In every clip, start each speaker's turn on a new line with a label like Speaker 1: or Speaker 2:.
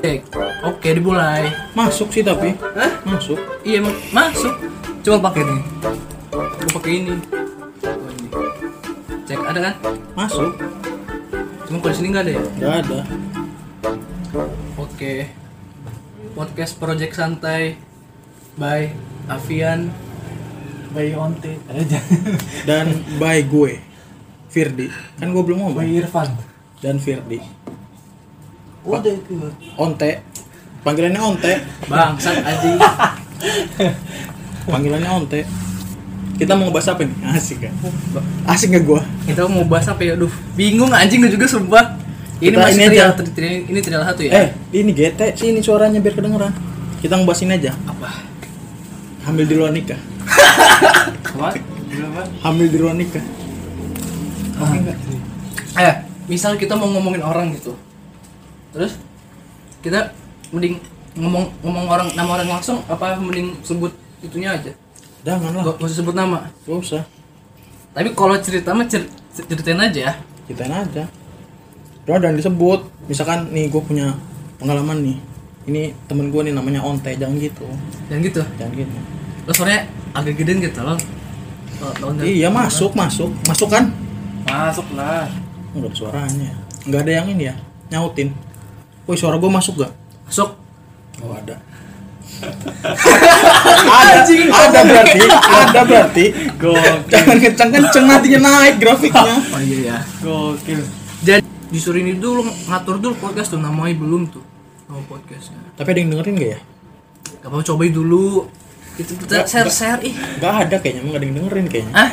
Speaker 1: Tek. Oke, dimulai.
Speaker 2: Masuk sih tapi.
Speaker 1: Hah?
Speaker 2: Masuk.
Speaker 1: Iya, ma- masuk. Coba pakai nih. Gua pakai ini. Cek ada kan?
Speaker 2: Masuk.
Speaker 1: Cuma kalau di sini nggak ada ya?
Speaker 2: Enggak ada.
Speaker 1: Oke. Podcast Project Santai by Avian. eh,
Speaker 3: Bayi onte aja.
Speaker 2: Dan by gue. Firdi. Kan gue belum ngomong.
Speaker 3: Bayi Irfan.
Speaker 2: Dan Firdi.
Speaker 3: Udah itu.
Speaker 2: Onte. Panggilannya Onte.
Speaker 1: Bangsat anjing.
Speaker 2: Panggilannya Onte. Kita mau bahas apa nih? Asik kan? Asik gak gue?
Speaker 1: Kita mau bahas apa ya? Aduh, bingung anjing gue juga sumpah. Ini
Speaker 2: Kita
Speaker 1: masih
Speaker 2: ini
Speaker 1: trial,
Speaker 2: aja.
Speaker 1: tri- tri- ini trial satu ya?
Speaker 2: Eh, ini GT sih ini suaranya biar kedengeran. Kita ngebahas ini aja.
Speaker 1: Apa?
Speaker 2: Hamil di luar nikah.
Speaker 3: Apa? Berapa?
Speaker 2: Hamil di luar nikah.
Speaker 3: Oke enggak?
Speaker 1: Ah, Eh, misal kita mau ngomongin orang gitu. Terus kita mending ngomong ngomong orang nama orang langsung apa mending sebut itunya aja.
Speaker 2: Jangan lah.
Speaker 1: Gak usah sebut nama.
Speaker 2: Gak usah.
Speaker 1: Tapi kalau cerita mah cer- ceritain aja. ya.
Speaker 2: Ceritain aja. Doa dan disebut. Misalkan nih gue punya pengalaman nih. Ini temen gue nih namanya Onte. Jangan gitu.
Speaker 1: Dan gitu.
Speaker 2: Jangan gitu.
Speaker 1: lo suaranya agak gedean gitu lo Lo- lo nggak-
Speaker 2: Iya masuk masuk masuk kan?
Speaker 3: Masuk lah.
Speaker 2: Enggak ada suaranya. Enggak ada yang ini ya. Nyautin. Woi suara gue masuk gak?
Speaker 1: masuk
Speaker 2: Oh ada. ada,
Speaker 1: Anjing.
Speaker 2: ada berarti, ada berarti.
Speaker 3: Gokil.
Speaker 2: Jangan kenceng-kenceng nantinya naik grafiknya.
Speaker 1: oh iya ya
Speaker 3: Gokil.
Speaker 1: jadi disuruh ini dulu ngatur dulu podcast tuh namanya belum tuh nama podcastnya
Speaker 2: Tapi ada yang dengerin gak ya?
Speaker 1: gak apa cobain dulu kita kita
Speaker 2: Nggak,
Speaker 1: share share ih
Speaker 2: Gak ada kayaknya, emang gak ada yang dengerin kayaknya.
Speaker 1: ah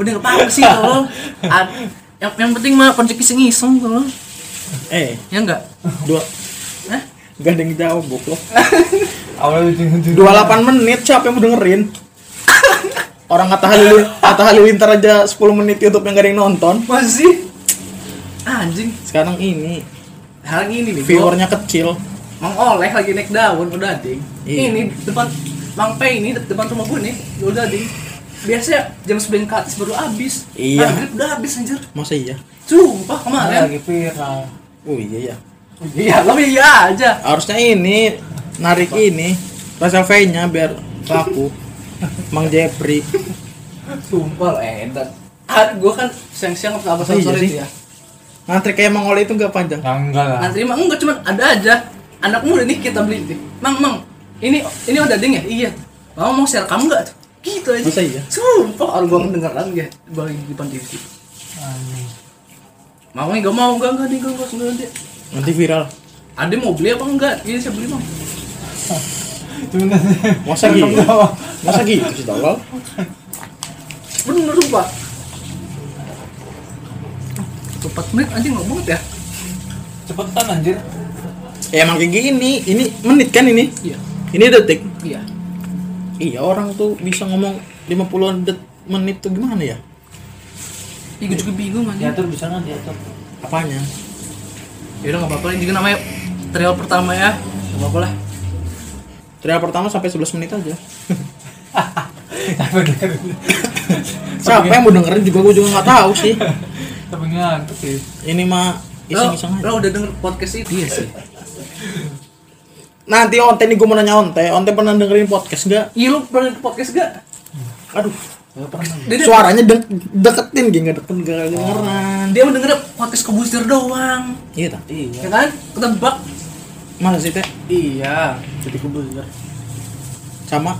Speaker 1: udah gak apa sih lo Ad- yang yang penting mah project iseng iseng lo
Speaker 2: Eh,
Speaker 1: ya Eh? enggak
Speaker 2: dua
Speaker 1: Hah?
Speaker 2: Gak ada yang jawab goblok.
Speaker 3: Awalnya lucu lucu.
Speaker 2: 28 menit siapa yang mau dengerin? Orang kata halil kata halilintar aja 10 menit YouTube yang gak ada yang nonton.
Speaker 1: masih Ah, anjing
Speaker 2: Sekarang ini
Speaker 1: hal ini nih gua
Speaker 2: viewernya kecil.
Speaker 1: mengoleh lagi naik daun udah ding
Speaker 2: Iya.
Speaker 1: ini depan Mang Pei ini de- depan rumah gue nih udah ding biasanya jam 9 ke atas baru habis
Speaker 2: Iya.
Speaker 1: Maghrib udah habis anjir
Speaker 2: Masa iya?
Speaker 1: sumpah kemarin
Speaker 3: Lagi viral.
Speaker 2: Oh iya ya.
Speaker 1: iya lo iya aja
Speaker 2: Harusnya ini narik ini pasal V-nya biar laku. Mang Jeffrey.
Speaker 1: sumpah lo edan ah, gue kan siang-siang apa sore
Speaker 2: Iya
Speaker 1: sore
Speaker 2: sih.
Speaker 1: itu ya
Speaker 2: Ngantri kayak Mang Ole itu gak panjang.
Speaker 3: Ya enggak lah.
Speaker 1: ngantri mah Nah, enggak cuman ada aja anak muda nih kita beli nih mang mang ini ini udah ding ya iya mau mau share kamu nggak tuh gitu aja
Speaker 2: Masa iya?
Speaker 1: sumpah orang gue mendengaran ya gue lagi di depan TV
Speaker 3: Anjing.
Speaker 1: mau nih gak mau gak gak nih gak gak gak, gak.
Speaker 2: Nanti viral.
Speaker 1: Ade mau beli apa enggak? Iya saya beli bang.
Speaker 3: Cuman
Speaker 2: Masa gitu?
Speaker 3: iya?
Speaker 2: Masa gitu sih tolol?
Speaker 1: Bener sumpah. 4 menit anjing nggak banget ya?
Speaker 3: Cepetan anjir.
Speaker 2: Ya emang kayak gini. Ini menit kan ini?
Speaker 1: Iya.
Speaker 2: Ini detik.
Speaker 1: Iya.
Speaker 2: Iya orang tuh bisa ngomong 50 det menit tuh gimana ya?
Speaker 1: Ih, gue juga bingung anjing.
Speaker 3: Diatur bisa nggak diatur?
Speaker 2: Apanya?
Speaker 1: Ya udah nggak apa-apa ini juga namanya trial pertama ya. Nggak apa-apa lah.
Speaker 2: Trial pertama sampai 11 menit aja.
Speaker 3: Tapi dengerin.
Speaker 2: Siapa yang mau dengerin juga gue juga nggak tahu sih.
Speaker 3: Tapi ngantuk sih.
Speaker 2: Ini mah
Speaker 1: Lo,
Speaker 2: iseng-iseng aja.
Speaker 1: lo udah denger podcast itu? Iya sih.
Speaker 2: Nanti Onte nih gue mau nanya Onte. Onte pernah dengerin podcast nggak?
Speaker 1: Iya lo pernah denger podcast gak?
Speaker 2: Aduh,
Speaker 3: Gak pernah.
Speaker 1: Dia, dia,
Speaker 2: suaranya de- deketin gak nggak deket nggak dengeran.
Speaker 1: dia mendengar podcast kebusir doang.
Speaker 2: Iya tak?
Speaker 3: Iya.
Speaker 1: Ya kan? Ketebak.
Speaker 2: Masa sih teh?
Speaker 3: Iya. Jadi kubur.
Speaker 2: Sama?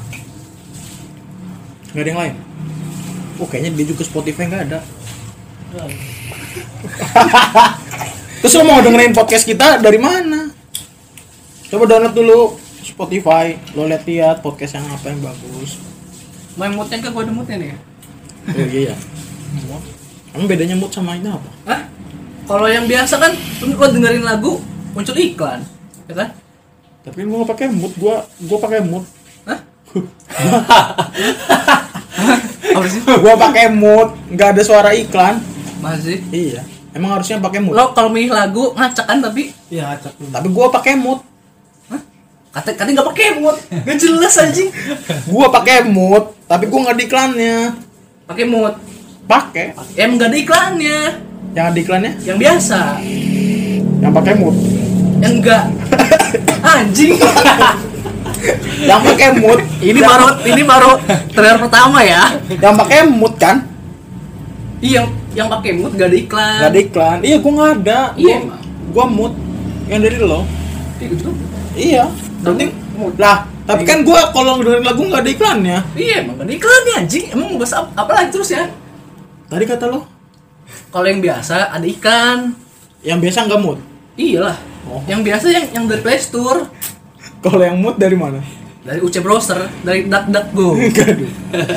Speaker 2: Gak ada yang lain? Oh kayaknya dia juga Spotify nggak ada. Terus lo mau dengerin podcast kita dari mana? Coba download dulu Spotify, lo lihat-lihat podcast yang apa yang bagus.
Speaker 1: Main moodnya kan gue ada moodnya nih. ya?
Speaker 2: Oh iya ya. Emang bedanya mood sama ini apa?
Speaker 1: Hah? Kalau yang biasa kan lo dengerin lagu muncul iklan, ya kan?
Speaker 2: Tapi kan gua nggak pakai mood, gua gua pakai mood.
Speaker 1: Hah? Apa sih?
Speaker 2: gua pakai mood, nggak ada suara iklan.
Speaker 1: Masih.
Speaker 2: Iya. Emang harusnya pakai mood.
Speaker 1: Lo kalau milih lagu ngacak kan tapi
Speaker 3: Iya ngacak dulu.
Speaker 2: Tapi gua pakai mood.
Speaker 1: kata katanya nggak pakai mood, nggak jelas anjing.
Speaker 2: Gua pakai mood, tapi gua nggak ada iklannya.
Speaker 1: Pakai mood.
Speaker 2: Pakai.
Speaker 1: Em nggak ada iklannya,
Speaker 2: Yang ada iklannya?
Speaker 1: yang biasa,
Speaker 2: Yang pakai mood.
Speaker 1: yang enggak. Anjing.
Speaker 2: Dampak emut.
Speaker 1: ini baru ini baru trailer pertama ya.
Speaker 2: Dampak emut kan?
Speaker 1: Iya, yang yang pakai mood gak ada iklan.
Speaker 2: Gak ada iklan. Iya, gua nggak ada.
Speaker 1: Iya,
Speaker 2: Gua-
Speaker 1: emang.
Speaker 2: Gua mood yang dari lo.
Speaker 1: Iya, gitu.
Speaker 2: Iya. Penting
Speaker 1: mood.
Speaker 2: lah. Tapi kan gua kalau dengerin lagu nggak ada iklannya.
Speaker 1: Iya, emang gak ada iklan nih anjing. Emang mau bahas apa, apa lagi terus ya?
Speaker 2: Tadi kata lo,
Speaker 1: Kalau yang biasa ada iklan.
Speaker 2: yang biasa nggak mood.
Speaker 1: Iyalah.
Speaker 2: Oh.
Speaker 1: Yang biasa yang yang dari Play Store,
Speaker 2: Kalau yang mood dari mana?
Speaker 1: dari UC browser, dari DuckDuckGo.
Speaker 2: Gak ada.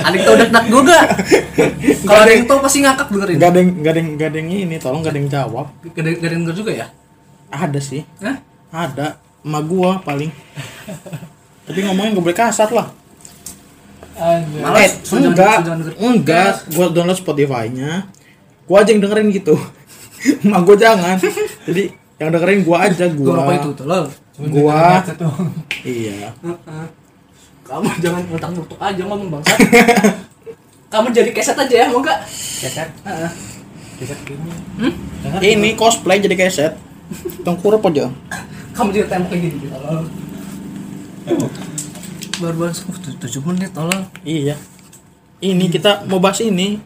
Speaker 1: ada yang tau DuckDuckGo gak? Kalau ada yang tau pasti ngakak dengerin.
Speaker 2: Gak ada yang gak ada yang gak ada yang ini. Tolong gak ada yang jawab.
Speaker 1: Gak ada gak ada yang denger juga ya?
Speaker 2: Ada sih.
Speaker 1: Hah?
Speaker 2: Ada. Emak gua paling. Tapi ngomongnya gak boleh kasar lah.
Speaker 3: Anjir.
Speaker 1: Malah
Speaker 2: eh,
Speaker 1: suruh jangan-
Speaker 2: enggak,
Speaker 1: suruh jangan denger.
Speaker 2: enggak, gua download Spotify-nya. Gua aja yang dengerin gitu. Emak gua jangan. Jadi yang dengerin gua aja
Speaker 1: Gua
Speaker 2: gua.
Speaker 1: apa itu tuh lo?
Speaker 3: Cuma
Speaker 2: Gua-
Speaker 3: dengerin headset doang.
Speaker 2: Iya.
Speaker 1: Kamu jangan ngetak ngetuk aja ngomong bangsa. Kamu jadi keset aja ya, mau gak?
Speaker 3: Headset.
Speaker 1: Heeh.
Speaker 3: Headset gini.
Speaker 1: Hmm?
Speaker 3: Jangan.
Speaker 2: Ini cosplay jadi keset. Tengkurap aja.
Speaker 1: Kamu juga tembak kayak gini, tolong. Baru bahas uh, tu- tujuh menit, tolong.
Speaker 2: Iya. Ini kita mau bahas ini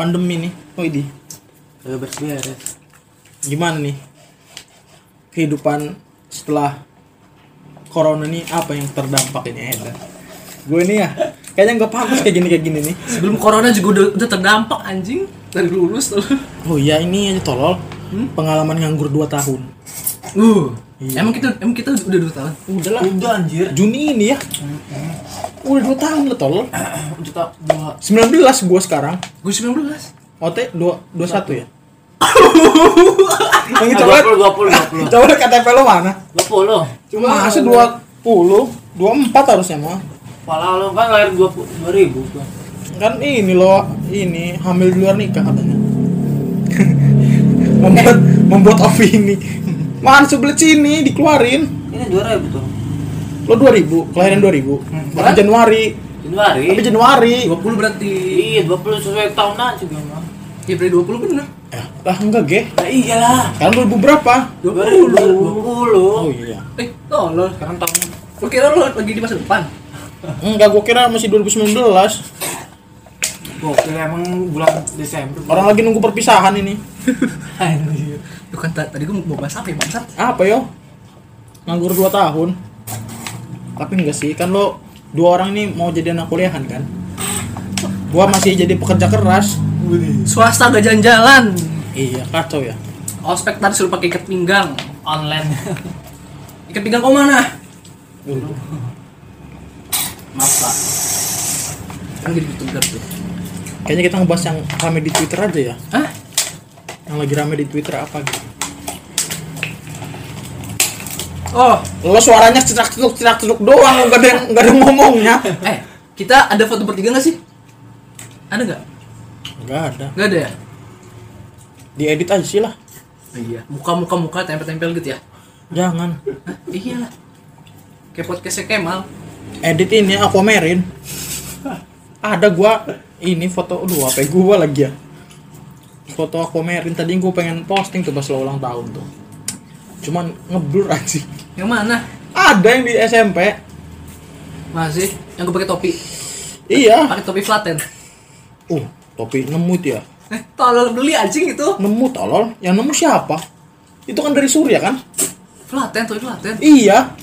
Speaker 2: pandemi nih. Oh, ini.
Speaker 3: Udah beres-beres.
Speaker 2: Gimana nih? Kehidupan setelah corona nih apa yang terdampak ini Eda? Gue ini ya kayaknya nggak pantas kayak gini kayak gini nih.
Speaker 1: Sebelum corona juga udah, udah terdampak anjing dari lulus tuh.
Speaker 2: Oh iya ini aja tolol. Pengalaman nganggur 2 tahun.
Speaker 1: Uh, emang kita emang kita udah dua tahun.
Speaker 2: Udah lah.
Speaker 3: Udah anjir.
Speaker 2: Juni ini ya. Udah 2 tahun lah tolol.
Speaker 1: Udah tak dua.
Speaker 2: 19 gua sekarang.
Speaker 1: Gue sembilan belas.
Speaker 2: OT 2 21 ya. Yang coba
Speaker 3: dua puluh, dua puluh,
Speaker 2: coba KTP lo mana?
Speaker 3: dua puluh.
Speaker 2: Cuma masa 20 24 harusnya mah.
Speaker 3: Pala lo kan lahir dua puluh, dua ribu.
Speaker 2: Kan ini lo ini hamil di luar nikah katanya. membuat membuat opini. Mana sebelah sini dikeluarin.
Speaker 3: Ini dua ribu tuh.
Speaker 2: Lo 2000, kelahiran 2000. Tapi Januari.
Speaker 3: Januari.
Speaker 2: Tapi Januari.
Speaker 1: Dua puluh berarti.
Speaker 3: Iya, 20 sesuai tahun aja gue mah.
Speaker 1: Ya berarti dua puluh bener.
Speaker 2: Eh, lah enggak, Ge.
Speaker 3: Nah, iyalah.
Speaker 2: Sekarang 2000 berapa?
Speaker 1: 20.
Speaker 3: 20.
Speaker 2: iya.
Speaker 1: Eh, tolol.
Speaker 3: Sekarang tahun
Speaker 1: Lu kira lu lagi di masa depan?
Speaker 2: Enggak, gua kira masih 2019.
Speaker 3: Gokil emang bulan Desember.
Speaker 2: Orang lagi nunggu perpisahan ini.
Speaker 3: anjir.
Speaker 1: Tuh kan ta- tadi gue mau bahas apa ya bangsat?
Speaker 2: Apa yo? Nganggur 2 tahun. Tapi enggak sih, kan lo dua orang ini mau jadi anak kuliahan kan? Gua masih jadi pekerja keras.
Speaker 1: Swasta gak jalan-jalan.
Speaker 2: Iya, kacau ya.
Speaker 1: Ospek tadi suruh pakai ikat pinggang.
Speaker 3: Online.
Speaker 1: Ikat pinggang kau mana?
Speaker 2: Dulu.
Speaker 1: Maaf pak. Kan jadi youtuber tuh.
Speaker 2: Kayaknya kita ngebahas yang rame di Twitter aja ya.
Speaker 1: Hah?
Speaker 2: Yang lagi rame di Twitter apa gitu.
Speaker 1: Oh,
Speaker 2: Lo suaranya cerak-ceruk cerak-ceruk doang, enggak ada yang enggak ada yang ngomongnya.
Speaker 1: eh kita ada foto bertiga gak sih? Ada nggak?
Speaker 2: Enggak ada.
Speaker 1: Nggak ada ya?
Speaker 2: Diedit aja sih lah.
Speaker 1: Iya. Muka-muka muka tempel-tempel gitu ya?
Speaker 2: Jangan.
Speaker 1: Hah? Iyalah. Kayak podcastnya Kemal.
Speaker 2: edit ini aku merin ada gua ini foto aduh apa ya, gua lagi ya foto aku merin tadi gua pengen posting tuh pas lo ulang tahun tuh cuman ngeblur aja
Speaker 1: Yang mana?
Speaker 2: ada yang di SMP
Speaker 1: Masih? Yang gue pakai topi.
Speaker 2: iya
Speaker 1: Pakai topi flatten.
Speaker 2: uh topi nemu itu ya
Speaker 1: Eh, tolol beli anjing itu.
Speaker 2: nemu tolol yang nemu siapa itu kan dari Surya kan
Speaker 1: Flatten, topi flatten.
Speaker 2: iya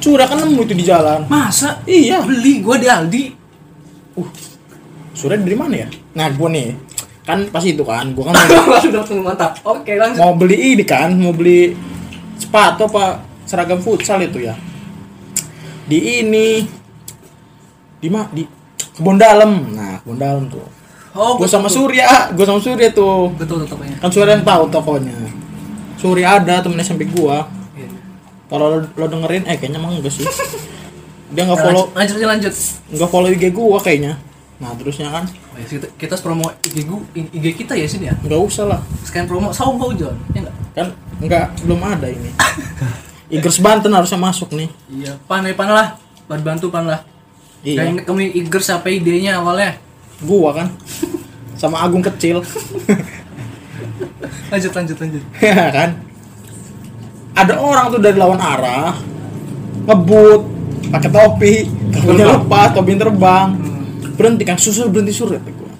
Speaker 2: Surya kan nemu itu di jalan
Speaker 1: Masa?
Speaker 2: Iya.
Speaker 1: Beli gua di Aldi.
Speaker 2: Surya dari mana ya nah gua nih kan pas itu kan gua kan mau-
Speaker 1: Langsung datang mantap. Oke, langsung.
Speaker 2: mau beli ini kan mau beli sepatu apa seragam futsal itu ya di ini di mah di kebun dalam nah kebun dalam tuh
Speaker 1: Oh,
Speaker 2: gue sama Surya gue sama Surya tuh
Speaker 1: Betul ya. tokonya.
Speaker 2: kan Surya yang tahu tokonya Surya ada temennya sampai gua
Speaker 1: Iya.
Speaker 2: kalau lo, lo dengerin eh kayaknya emang enggak sih dia nggak follow
Speaker 1: Lanjut, lanjut, lanjut.
Speaker 2: nggak follow IG gua kayaknya nah terusnya kan
Speaker 1: Oh, ya, Kita, kita harus promo IG, gu- IG kita ya sini ya.
Speaker 2: nggak usah lah
Speaker 1: Sekalian promo Sombong John. Ya enggak?
Speaker 2: kan nggak belum ada ini Igers Banten harusnya masuk nih
Speaker 1: Iya, pan ya, pan lah. Ban bantu pan lah. Iya.
Speaker 2: iya
Speaker 1: inget kamu Iger siapa idenya awalnya.
Speaker 2: gua kan sama Agung kecil
Speaker 1: Lanjut, lanjut, lanjut.
Speaker 2: Iya Ya kan ada orang tuh dari lawan arah ngebut pakai topi topinya
Speaker 3: Terbang.
Speaker 2: lepas topi terbang berhenti kan susur berhenti surat gua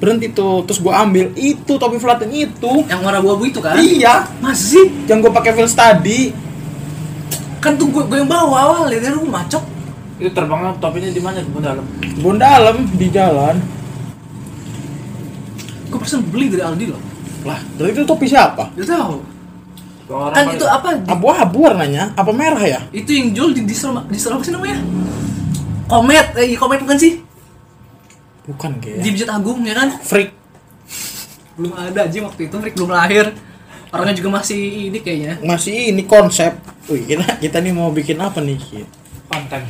Speaker 2: berhenti tuh terus gua ambil itu topi flatten itu
Speaker 1: yang warna abu-abu itu kan
Speaker 2: iya
Speaker 1: masih
Speaker 2: yang gua pakai flash tadi
Speaker 1: kan tuh gue, gue yang bawa awal dari rumah cok
Speaker 3: Itu terbangnya topinya di mana? Di dalam.
Speaker 2: bon dalam di jalan
Speaker 1: gue persen beli dari Aldi loh
Speaker 2: lah berarti itu topi siapa
Speaker 1: gak tahu
Speaker 3: Orang
Speaker 1: kan
Speaker 3: paling-
Speaker 1: itu apa di-
Speaker 2: abu-abu warnanya apa merah ya
Speaker 1: itu yang jual di di Solo di Solo apa sih namanya komet eh komet bukan sih
Speaker 2: bukan
Speaker 1: di
Speaker 2: kayak
Speaker 1: Bejat Agung ya kan
Speaker 2: freak
Speaker 1: belum ada aja waktu itu Rick belum lahir orangnya juga masih ini kayaknya
Speaker 2: masih ini konsep Wih, kita kita nih mau bikin apa nih Ki?
Speaker 3: konten.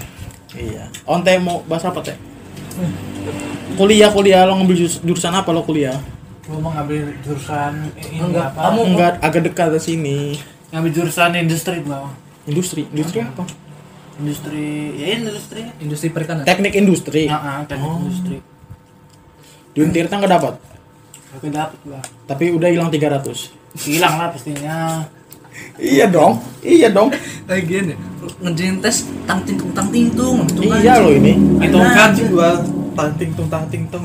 Speaker 2: iya on teh mau bahas apa teh kuliah kuliah lo ngambil jurus- jurusan apa lo kuliah
Speaker 3: Gua mau ngambil jurusan ini
Speaker 1: Enggak,
Speaker 3: apa?
Speaker 1: kamu-
Speaker 2: enggak agak dekat dari sini
Speaker 3: Ngambil jurusan industri gua.
Speaker 2: industri industri apa
Speaker 3: Industri, ya industri.
Speaker 1: industri perikanan
Speaker 2: teknik industri
Speaker 3: Nah, ah, teknik
Speaker 2: Oh.
Speaker 3: industri.
Speaker 2: di Untirta nggak dapat
Speaker 3: Tapi dapet gua.
Speaker 2: tapi udah hilang 300
Speaker 3: Hilang lah pastinya.
Speaker 2: iya dong iya dong
Speaker 1: lagian ya ngerjain tes tang tingtung tang tingtung gitu kan.
Speaker 2: iya lo ini
Speaker 1: Enak
Speaker 4: Itu kan
Speaker 1: aja.
Speaker 4: gua tanting tung tanting tung.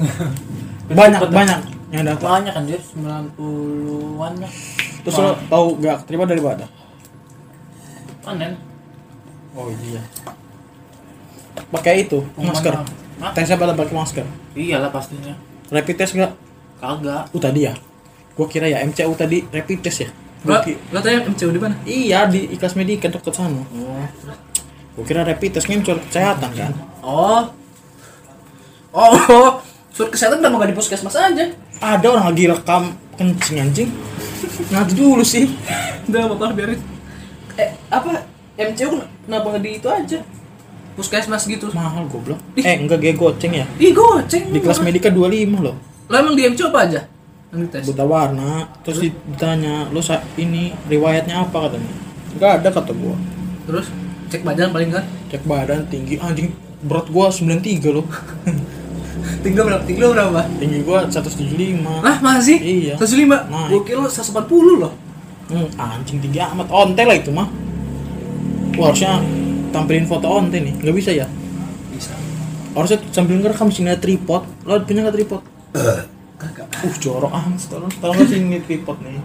Speaker 2: banyak banyak yang dapat
Speaker 3: Banyak kan dia 90-an lah.
Speaker 2: terus lo tahu gak terima dari mana
Speaker 3: Panen.
Speaker 2: oh iya pakai itu masker
Speaker 3: Hah?
Speaker 2: tesnya pada pakai masker
Speaker 3: Iyalah pastinya.
Speaker 2: rapid test nggak
Speaker 3: Kagak.
Speaker 2: U tadi ya? Gua kira ya MCU tadi rapid test ya?
Speaker 1: lo
Speaker 2: Gua ki-
Speaker 1: lo tanya MCU di mana
Speaker 2: iya di ikhlas medika deket sana. Gua kira rapid testnya MCU kesehatan kan?
Speaker 1: oh oh surat kesehatan udah mau gak di puskesmas aja
Speaker 2: Ada orang lagi rekam kencing anjing. Nanti dulu sih.
Speaker 1: udah bakal biarin eh apa MCU ken- kenapa nggak di itu aja puskesmas gitu
Speaker 2: Mahal goblok. Eh enggak gue goceng ya.
Speaker 1: ih goceng
Speaker 2: Di kelas medika 25 loh.
Speaker 1: lo emang di MCU apa aja yang dites
Speaker 2: Buta warna. Terus ditanya, "Lu sa- ini riwayatnya apa?" katanya. Enggak ada kata gua.
Speaker 1: terus cek badan paling kan
Speaker 2: Cek badan tinggi anjing berat gua 93 loh.
Speaker 1: tinggal berapa tinggal berapa
Speaker 2: tinggi gua 175.
Speaker 1: Lah masih?
Speaker 2: Iya.
Speaker 1: 105?
Speaker 2: Naik.
Speaker 1: Gue kira 140 loh
Speaker 2: Hmm, anjing tinggi amat. Onte lah itu mah. Wah, harusnya tampilin foto onte nih. Nggak bisa ya?
Speaker 1: Bisa
Speaker 2: Harusnya sambil ngerekam sini ada tripod. Lo punya nggak tripod?
Speaker 1: Kagak
Speaker 2: Uh, jorok ah. Tolong, tolong nggak sini tripod nih.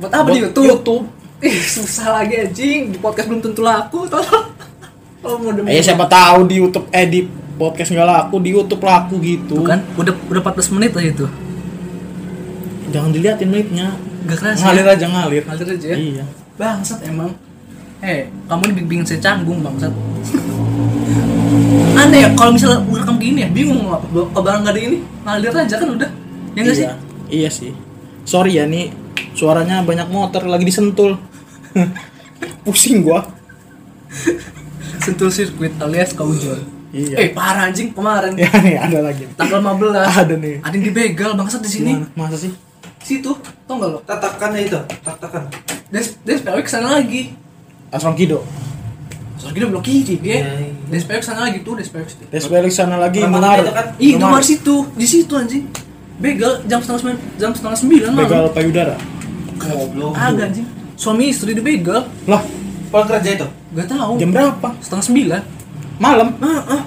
Speaker 1: Buat apa
Speaker 2: Buat
Speaker 1: di Youtube?
Speaker 2: YouTube.
Speaker 1: Ih susah lagi anjing Di podcast belum tentu laku tolong Oh mau demi
Speaker 2: Eh, siapa tahu di YouTube eh di podcast nggak laku, di YouTube laku gitu.
Speaker 1: Tuh kan udah, udah 14 menit lah itu
Speaker 2: Jangan diliatin menitnya.
Speaker 1: Gak kerasa
Speaker 2: Ngalir
Speaker 1: ya?
Speaker 2: aja ngalir.
Speaker 1: Ngalir aja ya?
Speaker 2: Iya.
Speaker 1: Bangsat emang Eh kamu ini bikin saya canggung bangsat Aneh ya kalau misalnya gue rekam gini ya bingung mau apa Kalau barang gak ada ini ngalir aja kan udah Ya gak sih?
Speaker 2: iya. Iya sih. Sorry ya nih, suaranya banyak motor lagi disentul. Pusing gua.
Speaker 1: Sentul sirkuit alias kau jual
Speaker 2: Iya.
Speaker 1: Eh parah anjing kemarin
Speaker 2: Ya nih ada lagi.
Speaker 1: tanggal 15
Speaker 2: Ah, Ada nih.
Speaker 1: ada yang dibegal bangsat di sini
Speaker 2: Gimana? Masa sih?
Speaker 1: situ tau gak lo
Speaker 4: Tatakan itu, tatakan.
Speaker 1: des des PW kesana lagi
Speaker 2: Asrong Kido.
Speaker 1: terus kita belok kiri dia
Speaker 4: Iya, iya.
Speaker 1: des PW kesana lagi tuh des PW kesana
Speaker 2: Terus balik sana lagi
Speaker 4: Rumah
Speaker 2: menar.
Speaker 4: itu kan?
Speaker 1: ih itu masih situ di situ anjing begal jam setengah sembilan jam setengah sembilan
Speaker 2: Begal payudara.
Speaker 4: Goblok.
Speaker 1: agak anjing suami istri dibegal
Speaker 2: Lah,
Speaker 4: Pulang kerja itu.
Speaker 1: gak tau
Speaker 2: jam berapa?
Speaker 1: setengah sembilan
Speaker 2: Malam.
Speaker 1: ah ah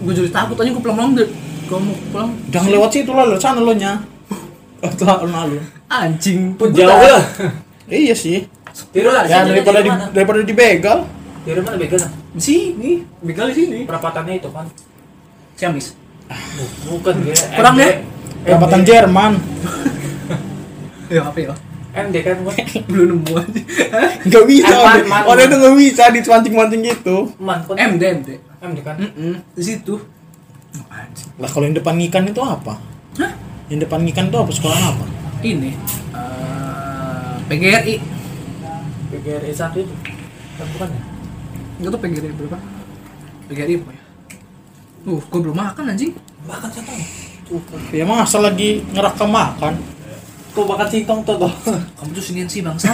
Speaker 1: gue jadi takut aja gue pulang pulang deh gue mau pulang
Speaker 2: Jangan lewat situ lah, lewat sana lo nya. Atau alun-alun.
Speaker 1: anjing
Speaker 4: Jauh
Speaker 3: ya.
Speaker 4: ya. lah.
Speaker 2: Iya sih.
Speaker 4: Tidur lah.
Speaker 2: Ya daripada di,
Speaker 4: mana?
Speaker 2: daripada dibegal.
Speaker 4: Tidur mana begal?
Speaker 1: di sini begal di sini
Speaker 4: Perapatannya itu kan.
Speaker 1: siamis
Speaker 4: Bukan gue.
Speaker 1: Kurang ya?
Speaker 2: Perapatan Jerman.
Speaker 1: ya apa ya
Speaker 4: MD kan gua.
Speaker 1: belum nemu aja Hah?
Speaker 2: Enggak bisa.
Speaker 4: Eh, man, man.
Speaker 2: Orang itu enggak bisa dipancing-pancing gitu.
Speaker 4: Man kan.
Speaker 1: MD MD
Speaker 4: MD kan.
Speaker 1: Mm-mm, di situ.
Speaker 2: Lah kalau yang depan ikan itu apa?
Speaker 1: Hah?
Speaker 2: Yang depan ikan itu apa sekolah apa?
Speaker 1: Ini eh, PGRI.
Speaker 4: BGRI E satu itu. Kan bukan ya?
Speaker 1: Itu tuh PGRI berapa? PGRI apa ya? Uh, gue belum makan anjing.
Speaker 4: Makan siapa? Cukup.
Speaker 2: Ya masa lagi ngerekam makan.
Speaker 4: Tuh makan singkong tuh tuh.
Speaker 1: Kamu tuh sinian sih bangsa.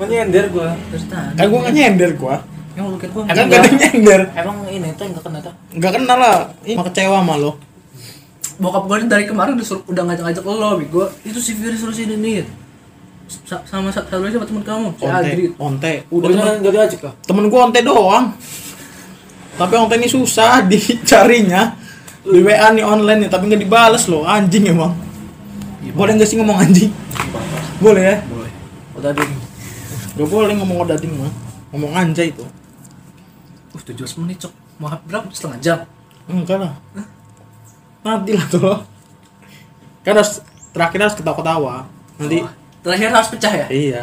Speaker 4: Menyender gua.
Speaker 1: Terus tadi.
Speaker 2: Kan gua enggak nyender gua.
Speaker 1: Yang lu kayak gue.
Speaker 2: Kan
Speaker 4: Emang
Speaker 2: enggak ada
Speaker 4: gua-
Speaker 2: nyender.
Speaker 4: Emang ini tuh enggak kena tuh.
Speaker 2: Enggak kenal lah. Ih, Mah kecewa sama lo.
Speaker 1: Bokap gue dari kemarin udah, suruh, udah ngajak-ngajak lo, bego. Itu si virus suruh sini nih. sa- sama sa- satu lagi siapa teman kamu? Si
Speaker 2: Onte,
Speaker 1: Ya, Adri.
Speaker 2: onte.
Speaker 4: Udah
Speaker 2: Temen-
Speaker 4: jangan jadi aja kah?
Speaker 2: Temen gua onte doang. Tapi onte ini susah dicarinya. Di WA nih online nih, tapi nggak dibales loh, anjing emang. Boleh nggak sih ngomong anjing? Boleh ya?
Speaker 1: Boleh.
Speaker 4: Udah ding.
Speaker 2: Gak boleh ngomong odading mah. Ngomong anjay itu.
Speaker 1: Uh, 17 menit, Cok. Mau hap- berapa? Setengah jam.
Speaker 2: Enggak lah. Nanti lah tuh. Kan harus terakhir harus ketawa-ketawa. Nanti
Speaker 1: Oh, terakhir harus pecah ya?
Speaker 2: iya.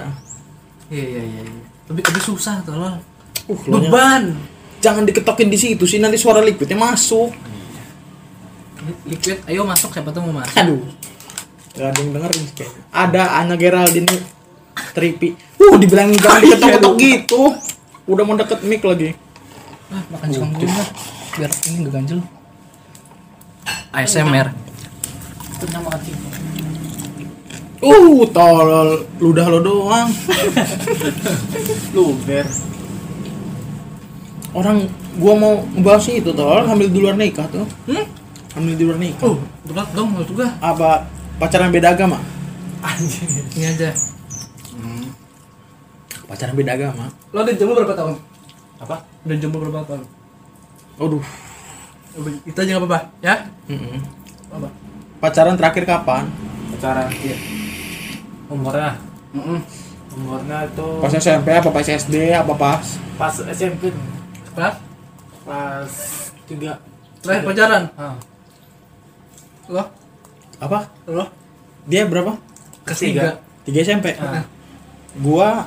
Speaker 1: Iya, iya, iya. iya. Tapi tapi susah tolong.
Speaker 2: Uh, lo nya-
Speaker 1: Beban.
Speaker 2: jangan diketokin di situ sih nanti suara liquidnya masuk.
Speaker 1: Liquid, ayo masuk siapa tuh mau masuk?
Speaker 2: Aduh. Gak ada yang dengerin sih kayaknya. Ada Ana Geraldine nih. Tripi. Uh, dibilangin jangan diketok-ketok gitu. Udah mau deket mic lagi.
Speaker 1: Ah, makan singkong dulu lah. Biar ini gak ganjel. ASMR.
Speaker 3: Itu nama anjing.
Speaker 2: Uh, tolol ludah lo doang.
Speaker 3: Lu ber.
Speaker 2: Orang gua mau bahas itu tolol hamil di luar nikah tuh.
Speaker 1: Hmm?
Speaker 2: Hamil di luar nikah.
Speaker 1: Uh, berat dong menurut gua.
Speaker 2: apa pacaran beda agama
Speaker 4: Anjing.
Speaker 1: Ini aja.
Speaker 2: pacaran beda agama
Speaker 1: Lo udah jomblo berapa tahun?
Speaker 4: Apa?
Speaker 1: Udah jomblo berapa tahun?
Speaker 2: aduh
Speaker 1: Oh, Itu aja gak apa-apa, ya?
Speaker 2: Mm-mm.
Speaker 1: Apa?
Speaker 2: pacaran terakhir kapan
Speaker 4: Pacaran. Iya. Umurnya.
Speaker 1: Mm
Speaker 4: Umurnya itu
Speaker 3: Oh.
Speaker 2: pas ya? SMP apa pas SD apa pas
Speaker 4: pas SMP tuh.
Speaker 1: Pas?
Speaker 4: pas tiga.
Speaker 1: Terakhir pacaran.
Speaker 4: Ah,
Speaker 1: Lo?
Speaker 2: apa
Speaker 1: Lo?
Speaker 2: dia berapa
Speaker 1: Ketiga.
Speaker 2: tiga SMP
Speaker 4: ah.
Speaker 2: gua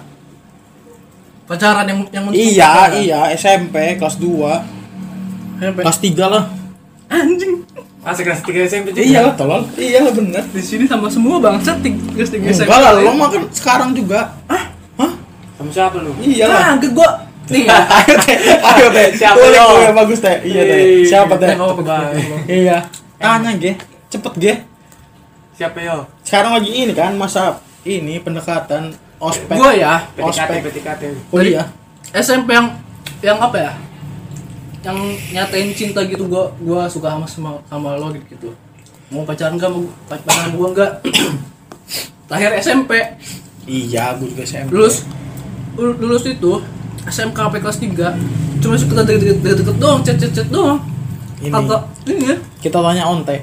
Speaker 1: Pacaran yang yang menentukan
Speaker 2: iya
Speaker 1: pacaran.
Speaker 2: iya SMP kelas 2
Speaker 1: Sampai-
Speaker 2: kelas 3 lah
Speaker 1: Anjing.
Speaker 4: Masih kelas Ah, tiga SMP juga.
Speaker 2: iya lah tolol iya lah bener
Speaker 1: Di sini sama semua bangsat tiga tiga
Speaker 2: enggak lah
Speaker 1: ya.
Speaker 2: lo makan sekarang juga Hah?
Speaker 4: Sama siapa lu?
Speaker 2: iya lah
Speaker 1: Kagak gua. Nih.
Speaker 2: ayo teh ayo teh
Speaker 4: Siapa
Speaker 2: Boleh,
Speaker 4: lo?
Speaker 2: boleh, bagus teh iya teh
Speaker 4: Ih,
Speaker 2: siapa teh
Speaker 1: Nggak apa-apa,
Speaker 4: Bye.
Speaker 1: nggak apa-apa.
Speaker 2: iya tanya ge cepet ge
Speaker 4: Siapa yo?
Speaker 2: sekarang lagi ini kan masa ini pendekatan ospek
Speaker 1: Gua ya.
Speaker 4: PDKT,
Speaker 2: Ospek.
Speaker 4: PDKT.
Speaker 2: oh iya
Speaker 1: SMP yang yang apa ya yang nyatain cinta gitu gua gua suka sama sama, sama lo gitu, gitu mau pacaran gak mau pacaran gua enggak terakhir SMP
Speaker 2: iya gue juga SMP
Speaker 1: lulus lul- lulus itu SMKP kelas 3 cuma sekedar deket deket, deket doang chat chat chat doang
Speaker 2: Ini.
Speaker 1: kata ini ya
Speaker 2: kita tanya onte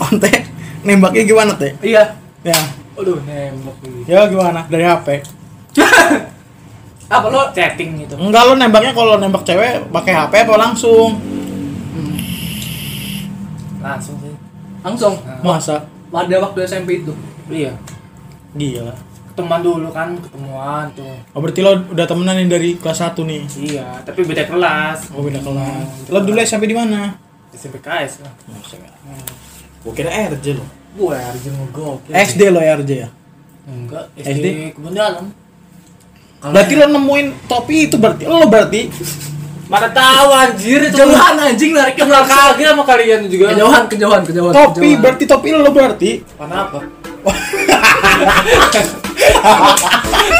Speaker 2: onte nembaknya gimana teh
Speaker 1: iya
Speaker 2: ya
Speaker 4: Aduh, nembak nih.
Speaker 2: ya gimana dari HP
Speaker 1: apa lo
Speaker 4: Chatting gitu.
Speaker 2: enggak lo nembaknya kalau nembak cewek pakai HP apa langsung
Speaker 1: Hmm,
Speaker 4: Langsung sih.
Speaker 1: langsung
Speaker 2: masa
Speaker 1: pada waktu SMP itu
Speaker 4: Iya.
Speaker 2: gila
Speaker 4: Ketemuan dulu kan, ketemuan tuh.
Speaker 2: oh berarti lo udah temenan nih dari kelas 1 nih
Speaker 4: Iya, tapi beda kelas.
Speaker 2: oh beda kelas lo dulu SMP di mana
Speaker 4: SMPKS lah.
Speaker 2: Nah, gue kira RJ lo
Speaker 4: Gue harus ngegok.
Speaker 2: SD lo RJ ya
Speaker 4: Enggak,
Speaker 2: SD?
Speaker 4: SD, kebun dalam.
Speaker 1: Kalau-
Speaker 2: berarti lo nemuin topi itu berarti lo berarti
Speaker 4: Mana tahu anjir, jauh
Speaker 1: jauhan anjing lari ke
Speaker 4: kenal kagak sama kalian juga.
Speaker 1: kejauhan kejauhan kejauhan
Speaker 2: topi
Speaker 1: kejauhan.
Speaker 2: berarti topi lo berarti
Speaker 4: Warna apa?